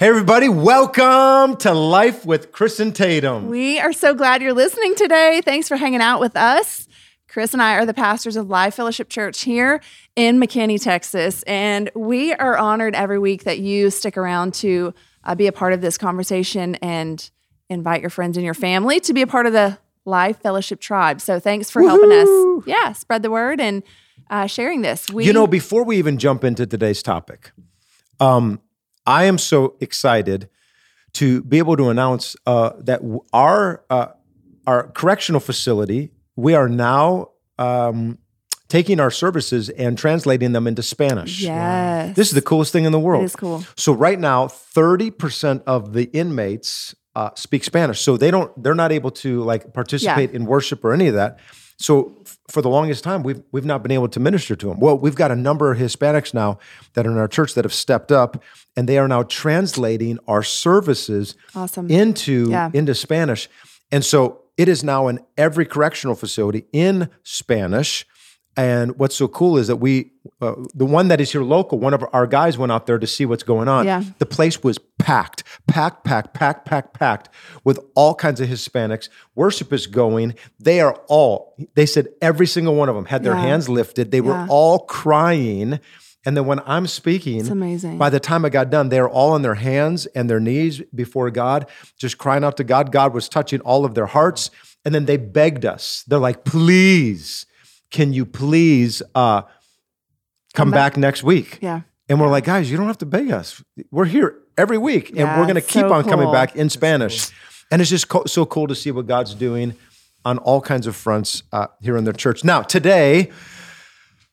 Hey, everybody, welcome to Life with Chris and Tatum. We are so glad you're listening today. Thanks for hanging out with us. Chris and I are the pastors of Live Fellowship Church here in McKinney, Texas. And we are honored every week that you stick around to uh, be a part of this conversation and invite your friends and your family to be a part of the Live Fellowship tribe. So thanks for helping us. Yeah, spread the word and uh, sharing this. We, you know, before we even jump into today's topic, um, I am so excited to be able to announce uh, that w- our uh, our correctional facility we are now um, taking our services and translating them into Spanish. yes, This is the coolest thing in the world. It is cool. So right now, thirty percent of the inmates uh, speak Spanish, so they don't. They're not able to like participate in worship or any of that. So f- for the longest time, we've we've not been able to minister to them. Well, we've got a number of Hispanics now that are in our church that have stepped up, and they are now translating our services Awesome. into Yeah. into Spanish, and so it is now in every correctional facility in Spanish. And what's so cool is that we, uh, the one that is here local, one of our guys went out there to see what's going on. Yeah. The place was packed, packed, packed, packed, packed, packed with all kinds of Hispanics. Worship is going. They are all, they said every single one of them had their Yeah. hands lifted. They were Yeah. all crying. And then when I'm speaking, It's amazing. by the time I got done, they were all on their hands and their knees before God, just crying out to God. God was touching all of their hearts. And then they begged us. They're like, please, can you please uh, come, back. next week? yeah. And we're like, guys, you don't have to beg us. We're here every week and Yeah, we're going to it's keep so on coming cool. back in Spanish. And it's just co- so cool to see what God's doing on all kinds of fronts uh, here in the church. Now, today,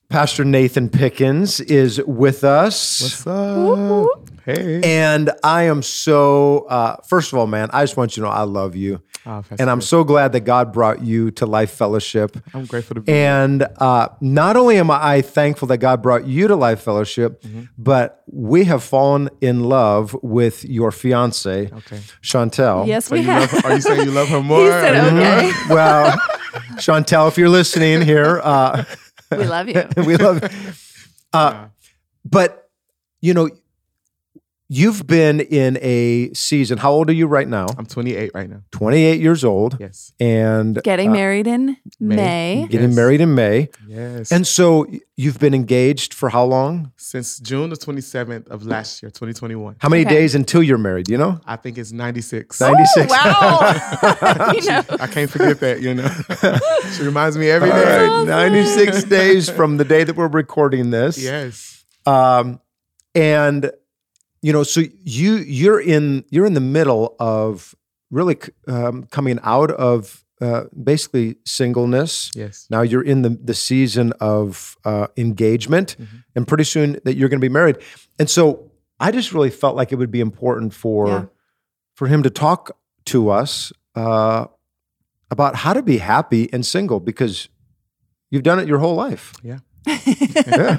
Pastor Nathan Pickens is with us. What's up? Hey. And I am so, uh, first of all, man, I just want you to know I love you. Oh, that's and I'm so glad that God brought you to Life Fellowship. I'm grateful to be here. And uh, not only am I thankful that God brought you to Life Fellowship, Mm-hmm. but we have fallen in love with your fiance, Chantel. Mm-hmm. Yes, So we you have. love her, are you saying you love her more? He said, Are you- okay. Well, Chantel, if you're listening here, uh, we love you. we love. Uh, but you know, you've been in a season. How old are you right now? I'm 28 right now. 28 years old, Yes. and Getting married in Uh, May. May. getting Yes. married in May. Yes. And so y- you've been engaged for how long? since June the 27th of last year, 2021, How many Okay. days until you're married? Do You know, I think it's 96. 96. Wow. you know. I can't forget that, you know. she reminds me every All day. right, 96 days from the day that we're recording this. Yes. Um, and you know, so you you're in you're in the middle of really c- um, coming out of uh, basically singleness. Yes. Now you're in the the season of uh, engagement, Mm-hmm. Mhm. and pretty soon that you're going to be married. And so I just really felt like it would be important for Yeah. for him to talk to us uh, about how to be happy and single because you've done it your whole life. Yeah,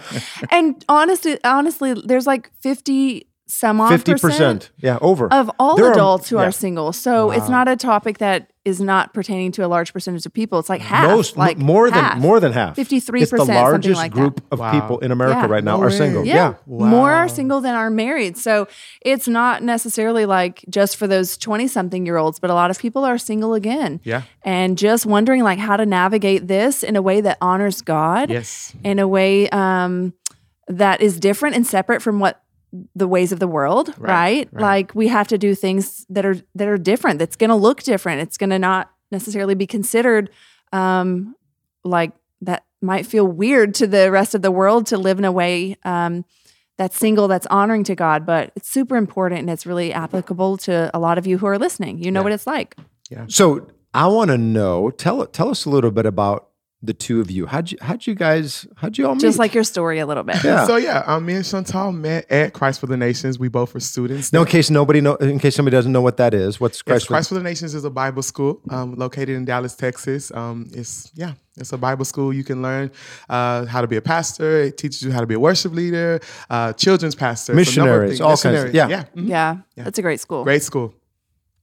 and honestly, honestly, there's like 50 some odd fifty percent percent. Yeah, over. of all There are- adults who yeah. are single. So it's Wow. not a topic that is not pertaining to a large percentage of people. It's like half, Most, m- like more half. than more than half. 53%, It's the something largest like that. group of Wow. people in America Yeah. right now No are way. single. Yeah. yeah. More are Wow. single than are married. So it's not necessarily like just for those 20 something year olds, but a lot of people are single again Yeah. and just wondering like how to navigate this in a way that honors God Yes. in a way um, that is different and separate from what the ways of the world, right? Right, right. Like we have to do things that are that are different. That's going to look different. It's going to not necessarily be considered um, like that might feel weird to the rest of the world to live in a way um, that's single, that's honoring to God. But it's super important and it's really applicable to a lot of you who are listening. You know Yeah. what it's like. So I want to know. Tell tell us a little bit about the two of you? How'd you how'd you guys how'd you all meet? Just like your story a little bit. yeah. So yeah, um, me and Chantal met at Christ for the Nations. We both were students. now, in case nobody know, in case somebody doesn't know what that is, what's Yes, Christ? Christ for the Nations is a Bible school um, located in Dallas, Texas. Um, it's yeah, it's a Bible school. You can learn uh, how to be a pastor. It teaches you how to be a worship leader, uh, children's pastor, It's a number of Missionaries, things. all kinds of- Missionaries, yeah. yeah, mhm. Yeah. That's a great school. great school.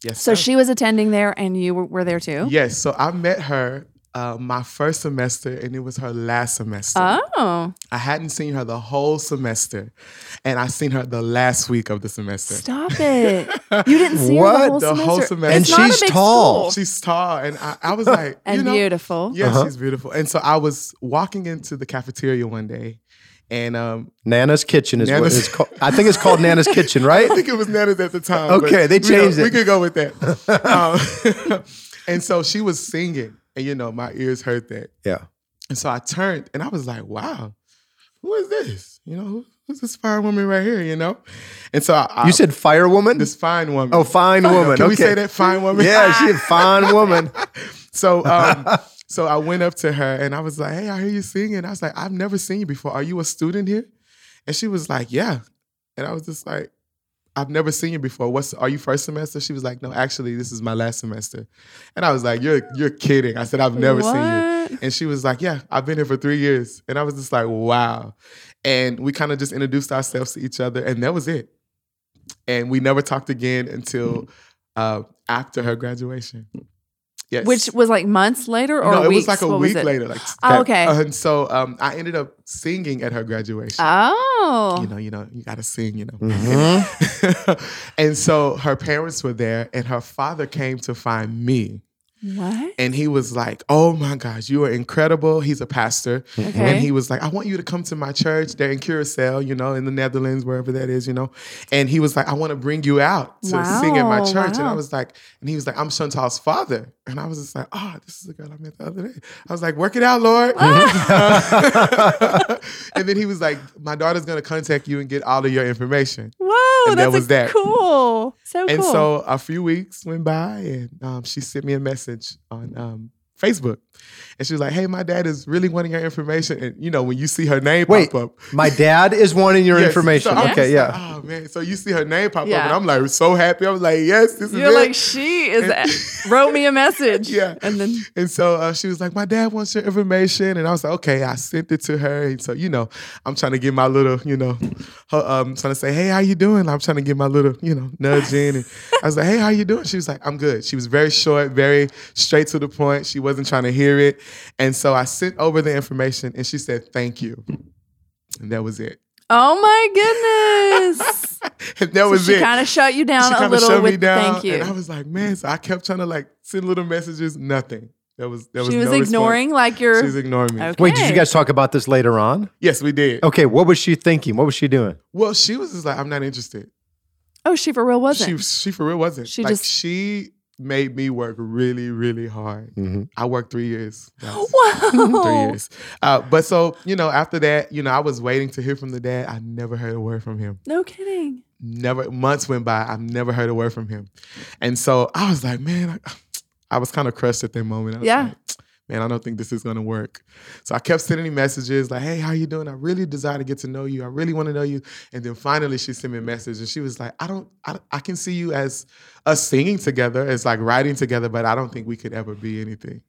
Yes. So sir. she was attending there and you were, were there too? Yes. So I met her uh, my first semester, and it was her last semester. Oh, I hadn't seen her the whole semester, and I seen her the last week of the semester. stop it. You didn't see her What? the whole semester. The whole semester. And It's not a she's big tall. school. She's tall, and I, I was like, And you know, beautiful. Yeah, Uh-huh. she's beautiful. And so I was walking into the cafeteria one day, and um, Nana's Kitchen is Nana's- what it's called. I think it's called Nana's Kitchen, right? I think it was Nana's at the time. but Okay, they we go- changed it. We could go with that. Um, and so she was singing, and you know, my ears heard that. Yeah. And so I turned and I was like, wow, who is this? You know, who, who's this fine woman right here, you know? And so I, I- You said firewoman? this fine woman. oh, fine woman. Can okay. we say that fine woman? Yeah, she's a fine woman. So um, so I went up to her and I was like, hey, I hear you singing. I was like, I've never seen you before. Are you a student here? And she was like, yeah. And I was just like, I've never seen you before. What's are you first semester? She was like, no, actually, this is my last semester. And I was like, you're you're kidding. I said, I've never seen you. What? And she was like, Yeah, I've been here for three years. And I was just like, Wow. And we kind of just introduced ourselves to each other, and that was it. And we never talked again until uh, after her graduation. Yes. Which was like months later or no, it weeks? was like a What week it? later. Like, Oh, okay. And so um, I ended up singing at her graduation. Oh. you know, you know, you gotta sing, you know. Mhm. and so her parents were there, and her father came to find me. What? And he was like, Oh my gosh, you are incredible. He's a pastor. Okay. And he was like, I want you to come to my church. They're in Curacao, you know, in the Netherlands, wherever that is, you know. And he was like, I want to bring you out to sing at my Wow, church. And I wow. was like, and he was like, I'm Chantal's father. And I was just like, oh, this is the girl I met the other day. I was like, work it out, Lord. Ah. and then he was like, my daughter's going to contact you and get all of your information. Whoa, And that's that was a- that. cool. So And Oh, cool. so a few weeks went by, and um, she sent me a message on um, Facebook, and she was like, "Hey, my dad is really wanting your information." And you know, when you see her name Wait, pop up, my dad is wanting your Yes. information. So I'm okay, just yeah. Like, oh man, so you see her name pop up, Yeah. and I'm like so happy. I was like, "Yes, this You're is like, it." she is wrote me a message. Yeah. And then And so uh, she was like, "My dad wants your information," and I was like, "Okay." I sent it to her, and so you know, I'm trying to get my little, you know, her, um, trying to say, "Hey, how you doing?" I'm trying to get my little, you know, nudge in, and I was like, "Hey, how you doing?" She was like, "I'm good." She was very short, very straight to the point. She wasn't trying to hear it, and so I sent over the information, and she said, "Thank you," and that was it. Oh my goodness. And that So was she it. kind of shut you down she a kinda little shut with me down, thank you. And I was like, man, so I kept trying to like send little messages, nothing. That was that was she was no response. ignoring like your She was ignoring me. Okay. Wait, did you guys talk about this later on? Yes, we did. Okay, what was she thinking? What was she doing? Well, she was just like, I'm not interested. Oh, she for real wasn't. She she for real wasn't. She like just- she made me work really really hard. Mm-hmm. I worked three years. guys. Wow. Three years. Uh, but so you know, after that, you know, I was waiting to hear from the dad. I never heard a word from him. No kidding. never months went by i've never heard a word from him and so i was like man i, I was kind of crushed at that moment I was Yeah. like, man i don't think this is going to work so i kept sending him messages like hey how you doing i really desire to get to know you i really want to know you and then finally she sent me a message and she was like i don't I, don't- I can see you as us singing together as like writing together but i don't think we could ever be anything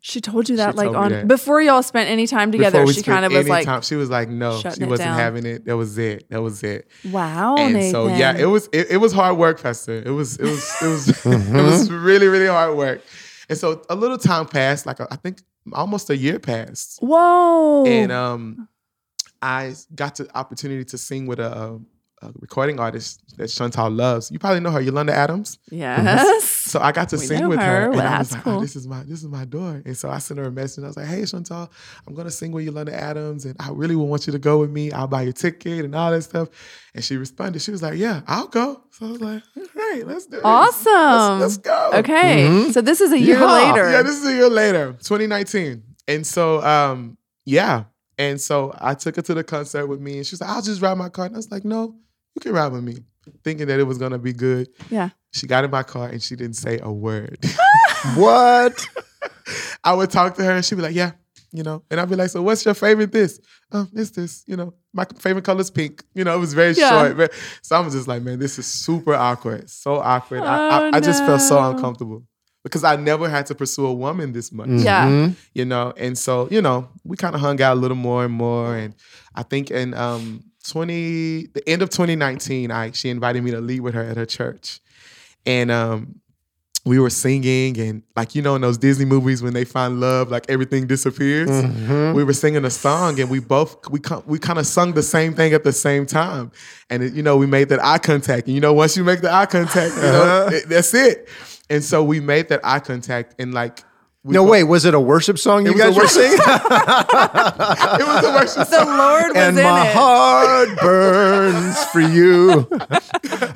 She told you that She like told me on that. before y'all spent any time together. Before we She spent kind of was any like, time, she was like no shutting she it wasn't down. having it that was it that was it "Wow, and Nathan." so yeah, it was it, it was hard work, Pastor. It was it was it was it was really really hard work. And so a little time passed, like uh, I think almost a year passed, Whoa. and um, I got the opportunity to sing with a, um, a recording artist that Chantal loves. You probably know her, Yolanda Adams. yes. So I got to We know sing with her, her. and Well, I was that's like, cool. oh, "This is my this is my door." And so I sent her a message. And I was like, "Hey, Chantal, I'm gonna sing with Yolanda Adams, and I really would want you to go with me. I'll buy your ticket and all that stuff." And she responded. She was like, "Yeah, I'll go." So I was like, "All right, let's do it. Awesome. Let's, let's go." Okay. So this is a year Yeah. later. uh, mm-hmm. Yeah, this is a year later, 2019. And so, um, yeah. And so I took her to the concert with me, and she was like, "I'll just ride my car." And I was like, "No, you can ride with me," thinking that it was gonna be good. Yeah. She got in my car and she didn't say a word. What? I would talk to her and she'd be like, Yeah, you know. And I'd be like, so what's your favorite this? Um, it's this, you know. My favorite color is pink. You know, it was very Yeah. short. But, so I was just like, man, this is super awkward. So awkward. I, I, Oh, I just felt so no. uncomfortable because I never had to pursue a woman this much Yeah. Mhm. you know and so you know we kind of hung out a little more and more and i think in um 20 the end of 2019 i she invited me to lead with her at her church and um we were singing and like you know in those disney movies when they find love like everything disappears Mm-hmm. we were singing a song and we both we com- we kind of sung the same thing at the same time and it, you know we made that eye contact and you know once you make the eye contact you know, Uh-huh. it- that's it and so we made that eye contact and like we No, both- wait, was it a worship song you was a guys were worship singing? it was the worst The Lord was and in my it. heart burns for you.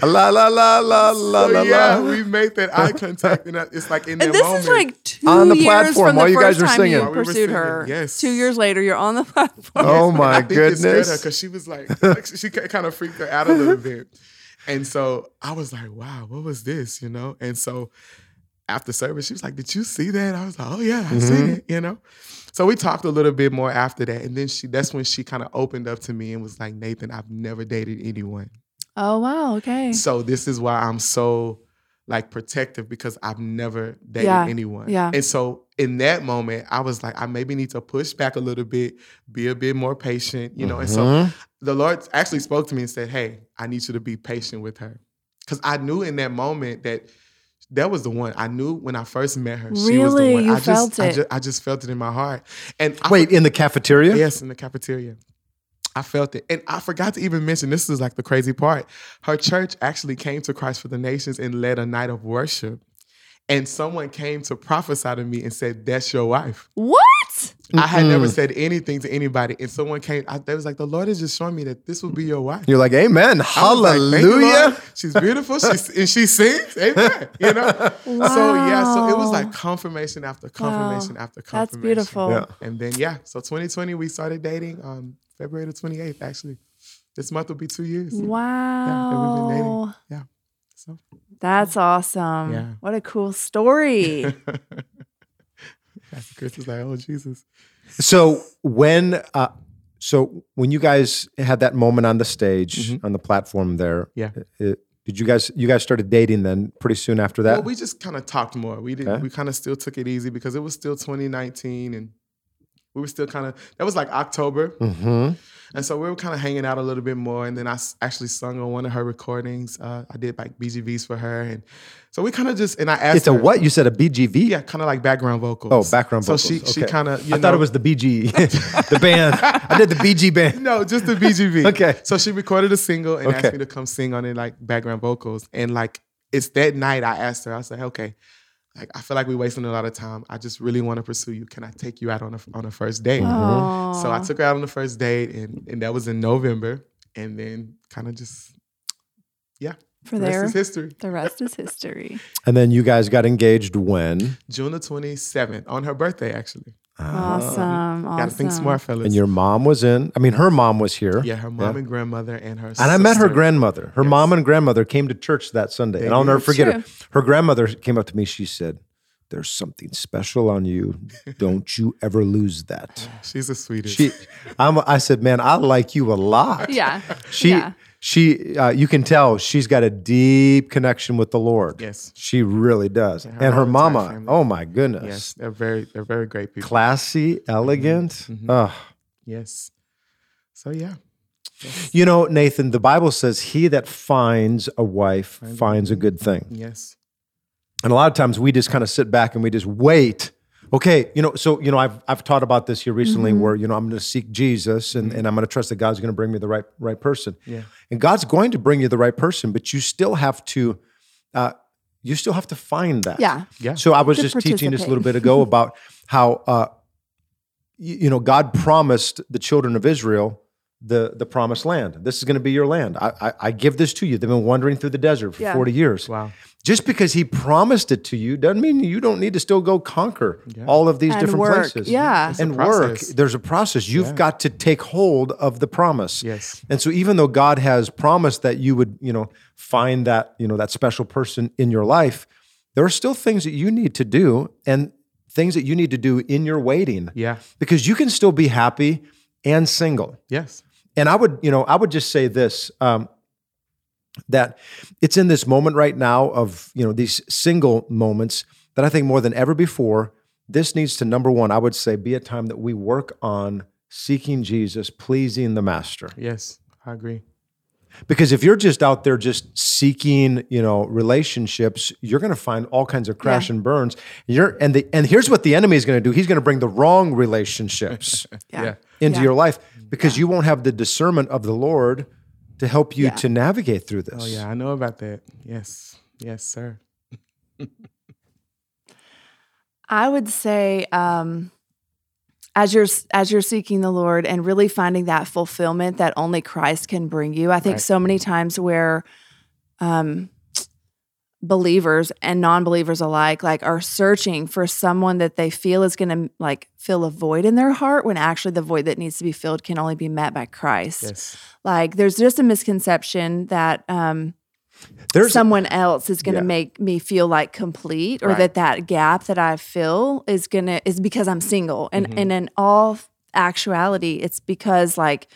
la la la la la So, la yeah, la. we made that eye contact, and I- it's like in that And this moment. is like two On the years platform from the while you guys first were time singing. you While we were pursued singing, her. yes. Two years later, you're on the platform. Oh my I think it scared her goodness. because she was like, like, she kind of freaked her out a little bit, and so I was like, wow, what was this, you know? And so after service, she was like, did you see that? I was like, oh yeah, I seen it, you know. So we talked a little bit more after that, and then she that's when she kind of opened up to me and was like, Nathan, I've never dated anyone. Oh wow. Okay. So this is why I'm so like protective because I've never dated Yeah, anyone. yeah. And so in that moment, I was like, I maybe need to push back a little bit, be a bit more patient, you know. And so Mhm. the Lord actually spoke to me and said, Hey, I need you to be patient with her. Cause I knew in that moment that that was the one. I knew when I first met her, she was the Really? one. You I just felt I it? just I just felt it in my heart. And I Wait, in the cafeteria? Yes, in the cafeteria. I felt it. And I forgot to even mention this is like the crazy part. Her church actually came to Christ for the Nations and led a night of worship. And someone came to prophesy to me and said, That's your wife. What? I had never said anything to anybody. And someone came, I, they was like, The Lord is just showing me that this will be your wife. You're like, Amen, I was like, "Thank you, Hallelujah. Lord. she's beautiful. She's, and she sings. Amen. You know? So, yeah. So it was like confirmation after confirmation Wow. after That's confirmation. beautiful. Yeah. And then yeah, so 2020 we started dating um February the 28th actually. This month will be 2 years. Yeah, we've been dating. Wow. Yeah. So That's awesome. Yeah. What a cool story. Pastor Chris is like, "Oh Jesus." So when uh, so when you guys had that moment on the stage on the platform there, Mm-hmm. Yeah. it- did you guys you guys started dating then pretty soon after that? Well, we just kind of talked more. We didn't Okay. we kind of still took it easy because it was still 2019 and we were still kind of that was like October. mm-hmm. And so we were kind of hanging out a little bit more. And then I s- actually sung on one of her recordings. Uh, I did like BGVs for her. And so we kind of just, and I asked It's a her- what? You said a BGV? Yeah, kind of like background vocals. Oh, background so vocals. So she, she Okay. kind of, you I thought it know- was the BG, the band. I did the BG band. No, just the BGV. Okay. So she recorded a single and Okay. asked me to come sing on it like background vocals. And like it's that night I asked her, I was like, okay, like I feel like we're wasting a lot of time. I just really want to pursue you. Can I take you out on a on a first date? Aw. Mm-hmm. So I took her out on the first date and and that was in November. And then kind of just for the rest there. is history. The rest is history. And then you guys got engaged when? June the 27th, on her birthday, actually. Awesome. Awesome. Oh, Gotta think smart, fellas. And your mom was in. I mean, her mom was here. yeah, her mom and grandmother and her And I met her sister. grandmother. Her mom and grandmother came to church that Sunday. And I'll never forget True. it. Her grandmother came up to me. She said, There's something special on you. Don't you ever lose that. She's the sweetest. She, I'm, I said, Man, I like you a lot. Yeah. She, Yeah. she, uh, you can tell she's got a deep connection with the Lord. Yes. She really does. her and her whole entire mama, family. oh my goodness. yes, Mm-hmm. they're very they're very great people. Classy, elegant. Ugh. Yes. So yeah. You know, Nathan, the Bible says, He that finds a wife finds a good thing. Yes. And a lot of times we just kind of sit back and we just wait. Okay, you know, so you know, I've I've taught about this here recently, Mm-hmm. where you know I'm going to seek Jesus and, and I'm going to trust that God's going to bring me the right right person. Yeah. And God's going to bring you the right person, but you still have to, uh, you still have to find that. Yeah. Yeah. So I was To just teaching this a participate. little bit ago about how uh, y- you know God promised the children of Israel the the promised land. This is going to be your land. I, I I give this to you. They've been wandering through the desert for Yeah. forty years. Wow. Just because he promised it to you doesn't mean you don't need to still go conquer all of these And different work. places. Yeah. It's a And work. process. There's a process. You've got to take hold of the promise. Yes. And so even though God has promised that you would, you know, find that, you know, that special person in your life, there are still things that you need to do. And things that you need to do in your waiting. Yeah. Because you can still be happy and single. Yes. And I would, you know, I would just say this um, that it's in this moment right now of, you know, these single moments that I think more than ever before, this needs to, number one, I would say, be a time that we work on seeking Jesus, pleasing the Master. Yes. I agree. Because if you're just out there just seeking, you know, relationships, you're going to find all kinds of crash Yeah. and burns. You're and the and here's what the enemy is going to do. He's going to bring the wrong relationships Yeah. Yeah. into Yeah. your life because you won't have the discernment of the Lord to help you to navigate through this. Oh yeah, I know about that. Yes. Yes, sir. I would say um, as you're as you're seeking the Lord and really finding that fulfillment that only Christ can bring you. I think Right. so many times where um, believers and non-believers alike like are searching for someone that they feel is going to like fill a void in their heart when actually the void that needs to be filled can only be met by Christ. Yes. Like there's just a misconception that um, There's someone else is going to Yeah. make me feel like complete or Right. that that gap that i feel is going to is because i'm single and Mm-hmm. Mhm. and in all actuality it's because like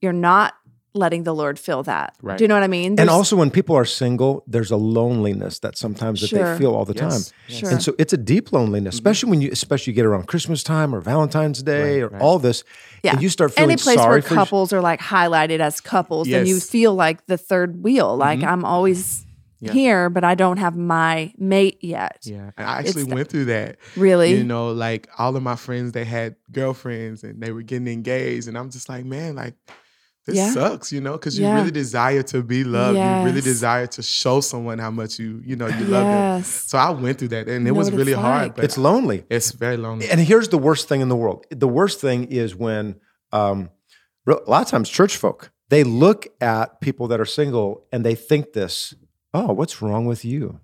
you're not letting the lord feel that Right. do you know what i mean and There's- also when people are single, there's a loneliness that sometimes that Sure. they feel all the time. Yes. Yes. Sure. And so it's a deep loneliness, especially when you especially you get around Christmas time or Valentine's Day Right, or right. all this. Yeah. And you start feeling any place sorry where for your- couples are like highlighted as couples then you Yes. feel like the third wheel like Mm-hmm. Mhm. i'm always Yeah. here but i don't have my mate yet Yeah. And I It's actually the- went through that. really You know, like all of my friends, they had girlfriends and they were getting engaged. And I'm just like, man, like this Yeah. sucks, you know, because you Yeah. really desire to be loved. You really Yes. desire to show someone how much you, you know, you love them. yes So I went through that and it Know was what it's really hard. like. But it's lonely. it's very lonely. And here's the worst thing in the world. The worst thing is when um, re- a lot of times church folk they look at people that are single and they think this: Oh, what's wrong with you?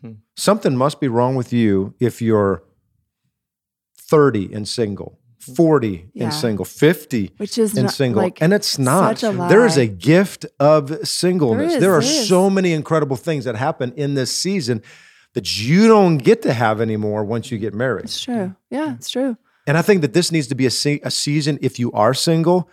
Hmm. Something must be wrong with you if you're 30 and single, 40 Yeah. and single, 50 which is and not, single, like and it's not. such a There is lie. a gift of singleness. There There, is, are there is. so many incredible things that happen in this season that you don't get to have anymore once you get married. it's true yeah it's true And I think that this needs to be a, se- a season if you are single,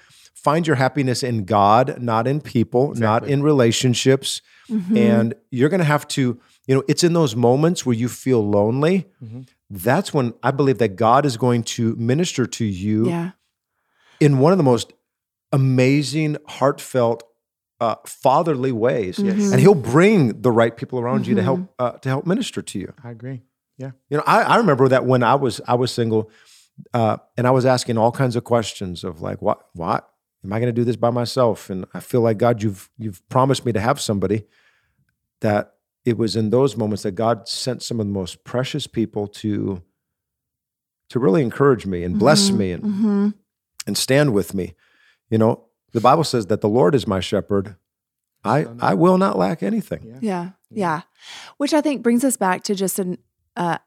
find your happiness in God, not in people, not Exactly. in relationships. Mhm. And you're going to have to, you know, it's in those moments where you feel lonely. Mhm. That's when I believe that God is going to minister to you yeah in one of the most amazing, heartfelt, uh, fatherly ways. Yes. Mhm. And He'll bring the right people around you to Mhm. help uh, to help minister to you. I agree. You know, I, I remember that when I was I was single, uh, and I was asking all kinds of questions of like, what, what am I going to do this by myself? And I feel like God, you've you've promised me to have somebody. That it was in those moments that God sent some of the most precious people to to really encourage me and bless Mhm. me and Mhm. and stand with me. You know, the Bible says that the Lord is my shepherd. I Shall not- I will not lack anything. Yeah. Yeah, yeah. Yeah. Which I think brings us back to just an uh,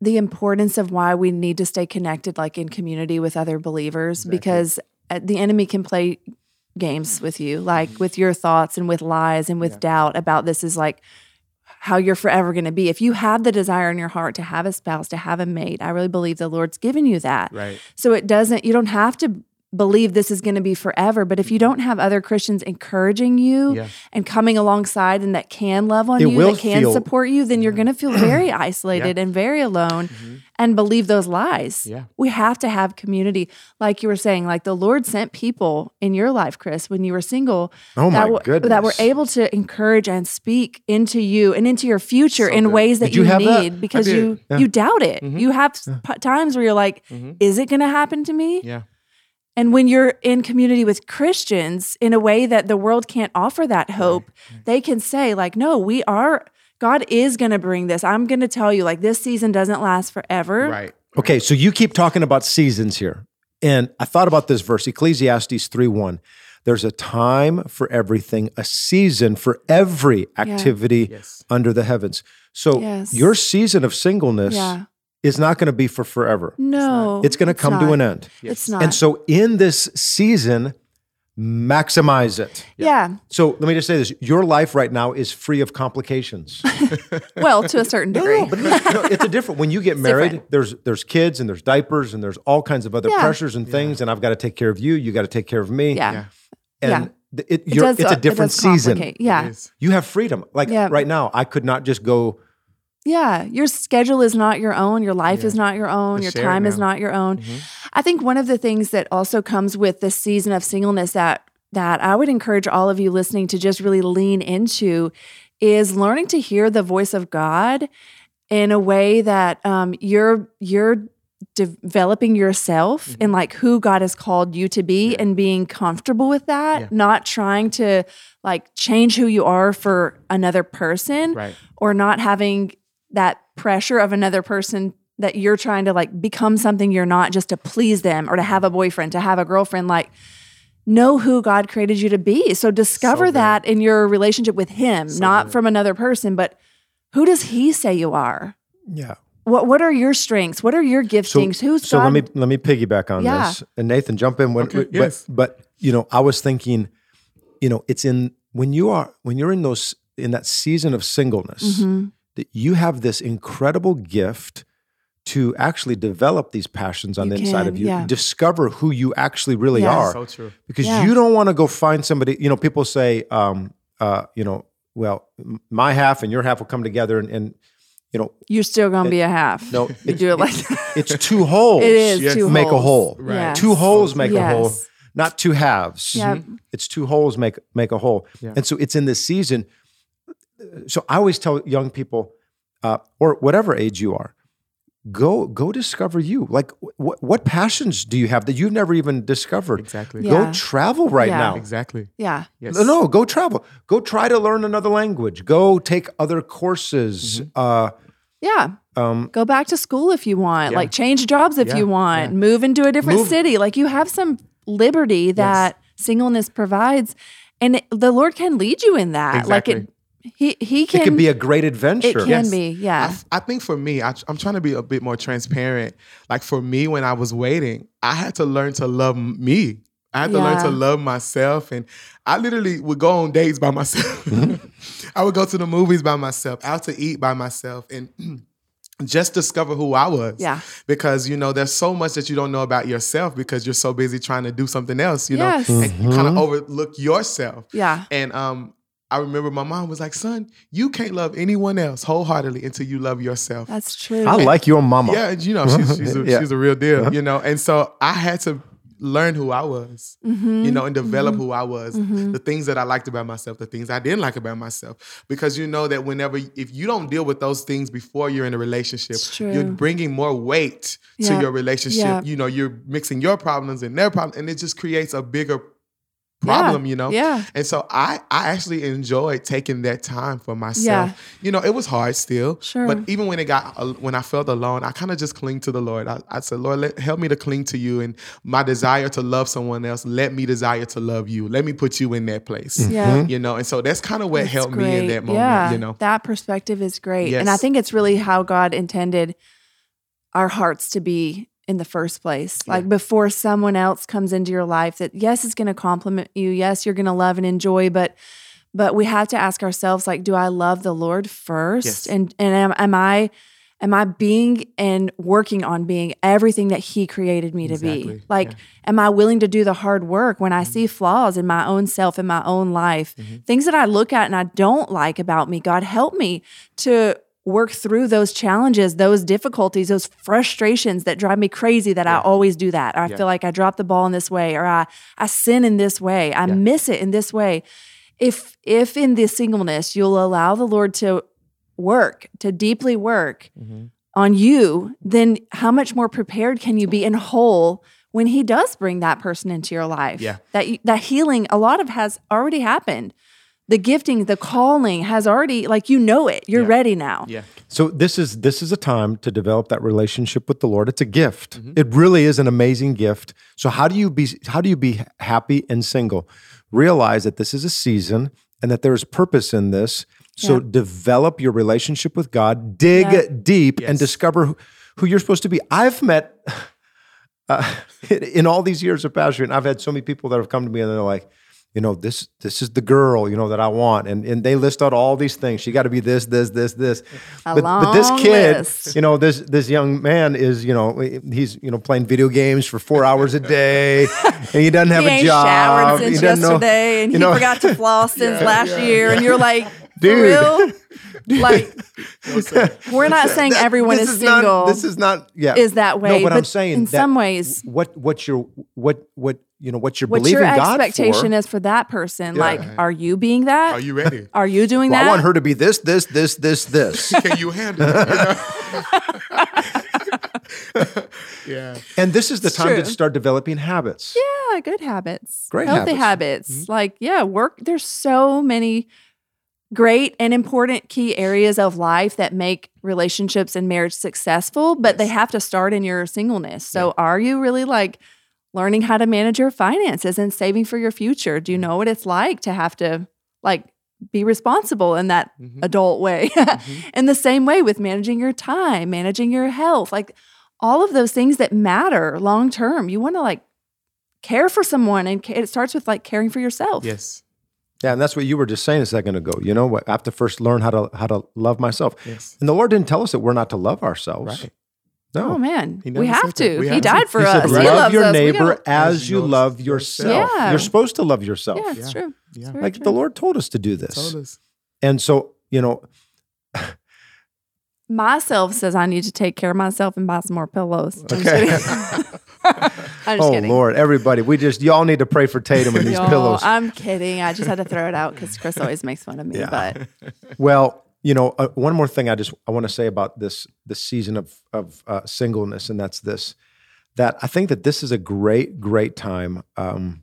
the importance of why we need to stay connected, like in community with other believers, Exactly. because uh, the enemy can play games with you, like with your thoughts and with lies and with Yeah. doubt about this is like how you're forever going to be. If you have the desire in your heart to have a spouse, to have a mate, I really believe the Lord's given you that. Right. So it doesn't, you don't have to believe this is going to be forever. But if Mm-hmm. you don't have other Christians encouraging you Yeah. and coming alongside and that can love on It you, will that can feel- Mm-hmm. support you, then you're going to feel very isolated and very alone Mhm. and believe those lies. Yeah. We have to have community. Like you were saying, like the Lord sent people in your life, Chris, when you were single Oh my that, were, goodness! that were able to encourage and speak into you and into your future So in good. ways that Did you have that? need because did. you Yeah. Mm-hmm. you doubt it. Mhm. You have s- p- times where you're like, Mhm. is it going to happen to me? Yeah. And when you're in community with Christians in a way that the world can't offer that hope, they can say, like, no, we are, God is going to bring this. I'm going to tell you, like, this season doesn't last forever. Right. Okay, so you keep talking about seasons here. And I thought about this verse, Ecclesiastes 3 1. There's a time for everything, a season for every activity Yes. under the heavens. So Yes. your season of singleness Yeah. is not going to be for forever. No. It's going to come to not. an end. It's Yes. not. And so in this season, maximize it. Yeah. So let me just say this: your life right now is free of complications. Well, to a certain degree. No, but no, no, it's a different. When you get married, different. there's there's kids and there's diapers and there's all kinds of other Yeah. pressures and things. And I've got to take care of you. You got to take care of me. yeah. Yeah. And th- It, It you're, does, it's uh, a it different does season. complicate. Yeah. It is. You have freedom. Like Yeah. right now, I could not just go. Yeah, your schedule is not your own. Your life is not your own. Let's Your share it time is now. not your own. I think one of the things that also comes with this season of singleness that that I would encourage all of you listening to just really lean into is learning to hear the voice of God in a way that um, you're you're developing yourself Mm-hmm. and like who God has called you to be and being comfortable with that, Yeah. not trying to like change who you are for another person Right. or not having that pressure of another person that you're trying to like become something you're not just to please them or to have a Mm-hmm. boyfriend, to have a girlfriend. Like, know who God created you to be. So discover So good. that in your relationship with Him, not from another person, but who does He say you are? Yeah. What What are your strengths? What are your giftings? Who's so God? let me let me piggyback on Yeah. this and nathan jump in when Okay, but- yes. but, you know i was thinking you know it's in when you are when you're in those in that season of singleness Mhm. that you have this incredible gift to actually develop these passions on You the inside of can, you yeah. discover who you actually really Yes. are So true. because Yeah. you don't want to go find somebody. You know, people say, um, uh, you know, well, m- my half and your half will come together, and, and you know, You're still gonna be a half. no, you it- do it like it's two holes. it is Yes. two make a holes. hole. Right. Yes. Two holes make Yes. a hole, not two halves. Mm-hmm. Yep. It's two holes make make a hole. Yeah. And so it's in this season. So I always tell young people, uh, or whatever age you are, go go discover you. Like, what what passions do you have that you've never even discovered? Exactly. Yeah. Go travel right Yeah. now. Exactly. Yeah. Yes. No, go travel. Go try to learn another language. Go take other courses. Mm-hmm. Uh, Yeah. um, go back to school if you want Yeah. like change jobs if Yeah, you want yeah. move into a different Move- city like you have some liberty that singleness provides and it- the lord can lead you in that like it he he can it could be a great adventure. it can Yes. be yeah I, f- I think for me, I, am trying to be a bit more transparent. Like for me, when I was waiting, I had to learn to love m- me. I had to learn to Yeah. love myself, and I literally would go on dates by myself. I would go to the movies by myself, out to eat by myself, and just discover who I was. Yeah. Because you know, there's so much that you don't know about yourself because you're so busy trying to do something else. You Yes. know, and you kind of overlook yourself. yeah And um, I remember my mom was like, "Son, you can't love anyone else wholeheartedly until you love yourself." that's true I like your mama. yeah, and, you know, she's she's a, Yeah. she's a real deal, you know. And so I had to learn who I was, Mm-hmm. you know, and develop who I was, the things that I liked about myself, the things I didn't like about myself, because you know that whenever if you don't deal with those things before you're in a relationship, It's true. you're bringing more weight Yeah. to your relationship. Yeah. You know, you're mixing your problems and their problems, and it just creates a bigger problem. You know, yeah and so I, I actually enjoyed taking that time for myself. Yeah. You know, it was hard still. Sure. But even when it got, uh, when I felt alone, I kind of just cling to the Lord. I, I said, Lord, let, help me to cling to you. And my desire to love someone else, let me desire to love you. Let me put you in that place. yeah You know, and so that's kind of what That's helped me in great. that moment. Yeah, You know, that perspective is great, and I Yes. think it's really how God intended our hearts to be in the first place. Like before someone else comes into your life, that yes, it's going to compliment you. Yes, you're going to love and enjoy, but but we have to ask ourselves, like, do I love the Lord first, Yes. and and am, am I am I being and working on being everything that He created me to Exactly. be? Like, Yeah. Mm-hmm. am I willing to do the hard work when I see flaws in my own self, in my own life, things that I look at and I don't like about me? God, help me to work through those challenges, those difficulties, those frustrations that drive me crazy that I always do that. Or I feel like I drop the ball in this way, or I, I sin in this way, I miss it in this way. If if in this singleness you'll allow the Lord to work, to deeply work Mm-hmm. on you, then how much more prepared can you be and whole when he does bring that person into your life? Yeah. That you, that healing a lot of has already happened. The gifting, the calling has already like you know it. You're Yeah. ready now. yeah. So this is this is a time to develop that relationship with the Lord. It's a gift. Mm-hmm. It really is an amazing gift. So how do you be how do you be happy and single? Realize that this is a season and that there is purpose in this. So Yeah. develop your relationship with God. Dig Yeah. deep Yes. and discover who, who you're supposed to be. I've met uh, in all these years of pastoring, I've had so many people that have come to me and they're like, you know, this this is the girl, you know, that I want. And and they list out all these things. She got to be this, this, this, this. A but, but this long kid, list. you know, this this young man is, you know, he's you know playing video games for four hours a day, and he doesn't have he a ain't job. showered He since doesn't know- yesterday, and you he know, forgot to floss since Yeah, last yeah, year. And you're like, Dude. for real? like, we're not saying everyone this is not- single. this is not yeah is that way, No, but, I'm but saying in that some ways- what what your what what you know what you're what believing your God expectation for. is for that person. Yeah. Like, are you being that? Are you ready? Are you doing Well, that? I want her to be this this this this this. Can you handle it? yeah. and this is the time true. to start developing habits. Yeah, good habits. Great healthy habits. habits. Mm-hmm. Like, yeah, work. There's so many great and important key areas of life that make relationships and marriage successful, but they have to start in your singleness. So, are you really like learning how to manage your finances and saving for your future? Mm. Do you know what it's like to have to like be responsible in that Mm-hmm. adult way? in the same way with managing your time, managing your health, like all of those things that matter long term. You want to like care for someone and ca- it starts with like caring for yourself. Yes. Yeah, and that's what you were just saying a second ago. You know what? I have to first learn how to how to love myself. Yes. And the Lord didn't tell us that we're not to love ourselves. Right. Oh No. man, He we never have said to. that. We he have to. died for he us. said, he love loves your us. We neighbor gotta- as you love yourself. Yeah. You're supposed to love yourself. yeah, it's true. Yeah. Very Like true. the Lord told us to do this. Told us. And so, you know, Myself says I need to take care of myself and buy some more pillows. I'm just Okay. kidding. I'm just oh kidding. Lord, everybody, we just y'all need to pray for Tatum and these Y'all, pillows. I'm kidding. I just had to throw it out because Chris always makes fun of me. Yeah. But Well, you know, uh, one more thing I just I want to say about this this season of of uh, singleness, and that's this that I think that this is a great great time um,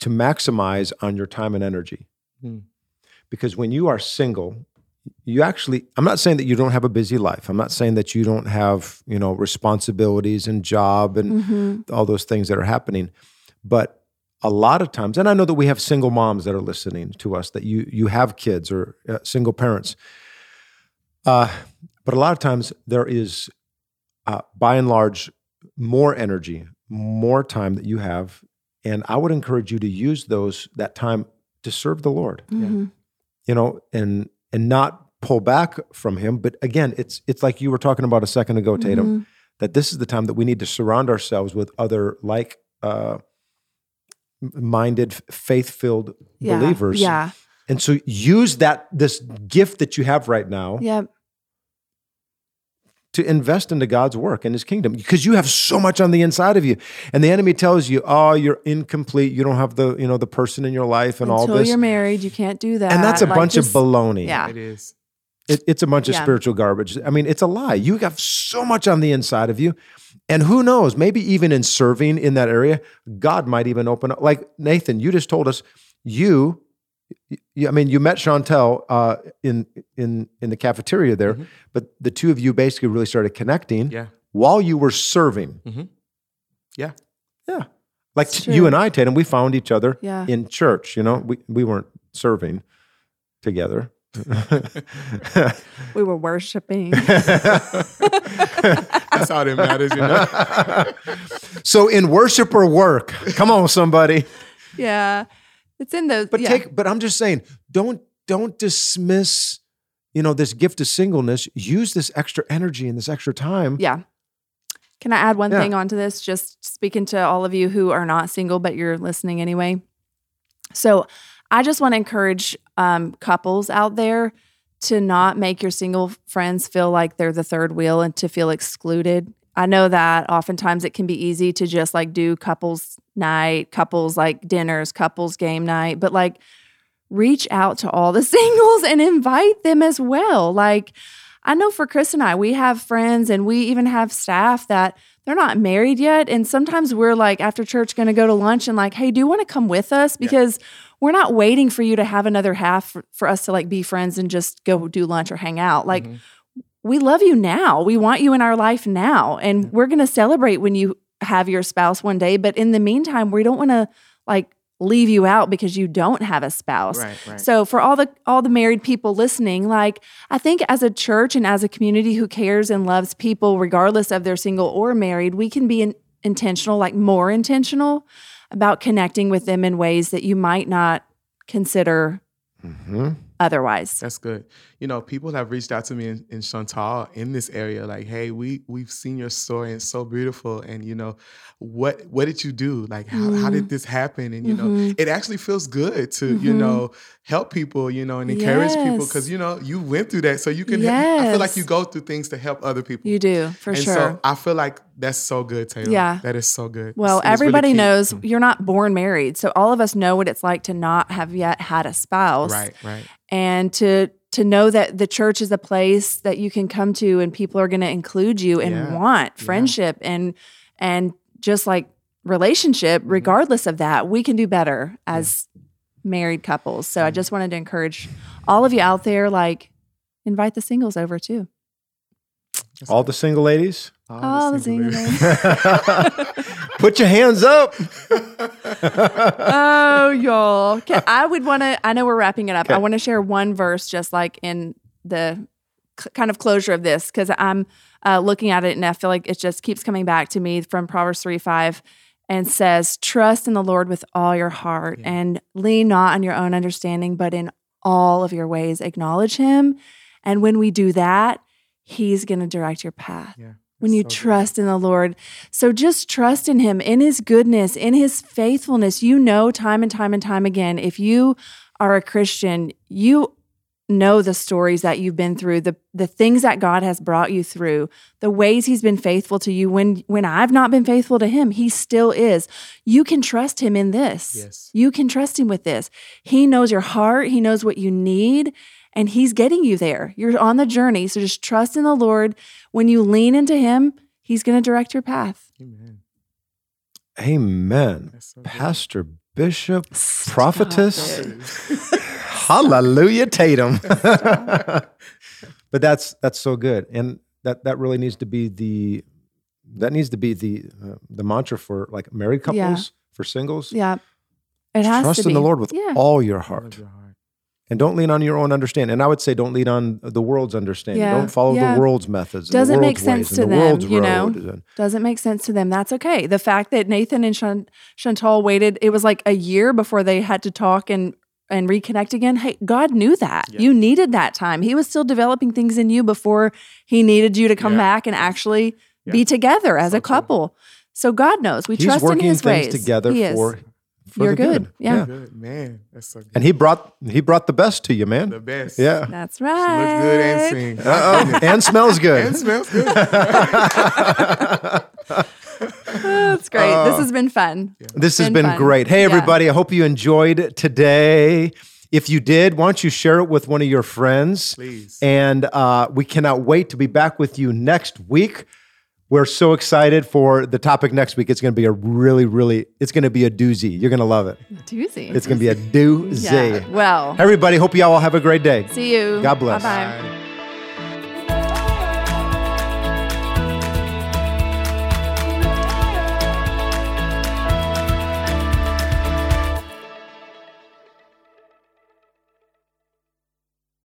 to maximize on your time and energy, Hmm. because when you are single, you actually I'm not saying that you don't have a busy life. I'm not saying that you don't have you know responsibilities and job and Mhm. all those things that are happening. But a lot of times, and I know that we have single moms that are listening to us, that you you have kids or uh, single parents. Uh, but a lot of times there is, uh, by and large, more energy, more time that you have, and I would encourage you to use those that time to serve the Lord Mhm. you know, and and not pull back from him. But again, it's it's like you were talking about a second ago, Tatum, that this is the time that we need to surround ourselves with other like uh m- minded, faith filled yeah, believers. Yeah. And so use that this gift that you have right now Yeah. to invest into God's work and his kingdom because you have so much on the inside of you. And the enemy tells you, oh, you're incomplete. You don't have the, you know, the person in your life and all Until this. you're married, you can't do that. and that's a Like, bunch just- of baloney. Yeah. It is. It, it's a bunch Yeah. of spiritual garbage. I mean, it's a lie. You have so much on the inside of you. And who knows, maybe even in serving in that area, God might even open up. Like Nathan, you just told us you, you I mean, you met Chantel uh, in in in the cafeteria there, but the two of you basically really started connecting Mm-hmm. Yeah. Mm-hmm. while you were serving. Yeah. Yeah. Like It's you true. and I, Tatum, we found each other Yeah. in church. You know, we, we weren't serving together. We were worshiping. That's all that matters, you know. So in worship or work, come on, somebody. yeah. It's in those. But yeah. take. But I'm just saying, don't don't dismiss. You know this gift of singleness. Use this extra energy and this extra time. Yeah. Can I add one Yeah. thing onto this? Just speaking to all of you who are not single, but you're listening anyway. So I just want to encourage um, couples out there to not make your single friends feel like they're the third wheel and to feel excluded. I know that oftentimes it can be easy to just like do couples night, couples like dinners, couples game night, but like reach out to all the singles and invite them as well. Like, I know for Chris and I, we have friends and we even have staff that they're not married yet. And sometimes we're like, after church, going to go to lunch and like, hey, do you want to come with us? Because we're not waiting for you to have another half for, for us to like be friends and just go do lunch or hang out. Like, Mm-hmm. we love you now. We want you in our life now. And we're going to celebrate when you have your spouse one day. But in the meantime, we don't want to like leave you out because you don't have a spouse. Right, right. So for all the all the married people listening, like I think as a church and as a community who cares and loves people regardless of their single or married, we can be in, intentional, like more intentional about connecting with them in ways that you might not consider hmm otherwise. That's good. You know, people have reached out to me in, in Chantal in this area, like, "Hey, we we've seen your story and it's so beautiful, and you know, what what did you do? Like, how, how Mm-hmm. did this happen? And you know, Mhm. it actually feels good to you Mhm. know help people, you know, and encourage people Yes. because you know you went through that, so you can. I feel like Yes. you go through things to help other people. You do, for and sure. so I feel like that's so good, Taylor. Yeah. that is so good. Well, It's- it's really everybody key. Mm. knows you're not born married. So all of us know what it's like to not have yet had a spouse. Right, right. And to to know that the church is a place that you can come to and people are going to include you and Yeah, want friendship and and just like relationship regardless of that, we can do better as married couples. So I just wanted to encourage all of you out there like invite the singles over too. That's All good. the single ladies, All the single single ladies. put your hands up. oh, y'all. 'Kay, I would want to, I know we're wrapping it up. I Okay. want to share one verse just like in the c- kind of closure of this because I'm uh, looking at it and I feel like it just keeps coming back to me from Proverbs 3 5 and says, Trust in the Lord with all your heart Yeah. and lean not on your own understanding, but in all of your ways acknowledge him. And when we do that, he's going to direct your path Yeah, when that's you so good. trust in the Lord. So just trust in Him, in His goodness, in His faithfulness. You know, time and time and time again, if you are a Christian, you know the stories that you've been through, the the things that God has brought you through, the ways He's been faithful to you. When when I've not been faithful to Him, He still is. You can trust Him in this. Yes. You can trust Him with this. He knows your heart. He knows what you need. And he's getting you there. You're on the journey. So just trust in the Lord when you lean into him, he's going to direct your path. Amen. Amen. That's so good. Pastor, bishop, Stop prophetess, it. hallelujah, Tatum. but that's that's so good, and that that really needs to be the that needs to be the uh, the mantra for like married couples Yeah. for singles. Yeah. It has Trust to be. in the Lord with Yeah. all your I love heart, your heart. and don't lean on your own understanding. And I would say, don't lean on the world's understanding. Yeah. Don't follow Yeah. the world's methods. and Doesn't the make world's sense ways to and the them, world's you know? road and- Doesn't make sense to them. That's okay. The fact that Nathan and Chan- Chantal waited, it was like a year before they had to talk and and reconnect again. Hey, God knew that. Yeah. You needed that time. He was still developing things in you before he needed you to come Yeah. back and actually Yeah. be together as So a true. couple. So God knows. We He's trust in working his things ways. together He is. for, for You're the good. Yeah. Good man. That's so good. And he brought he brought the best to you, man. the best. Yeah. That's She right. looks good and sings. Uh-oh. and smells And good. smells good. That's great. Uh. this has been fun. this has Been been fun. great. Hey, Yeah. everybody. I hope you enjoyed today. If you did, why don't you share it with one of your friends? Please. And uh, we cannot wait to be back with you next week. We're so excited for the topic next week. It's going to be a really, really, it's going to be a doozy. You're going to love it. Doozy. It's going to be a doozy. yeah. Well, Everybody, hope you all have a great day. see you. God bless. Bye-bye. Bye.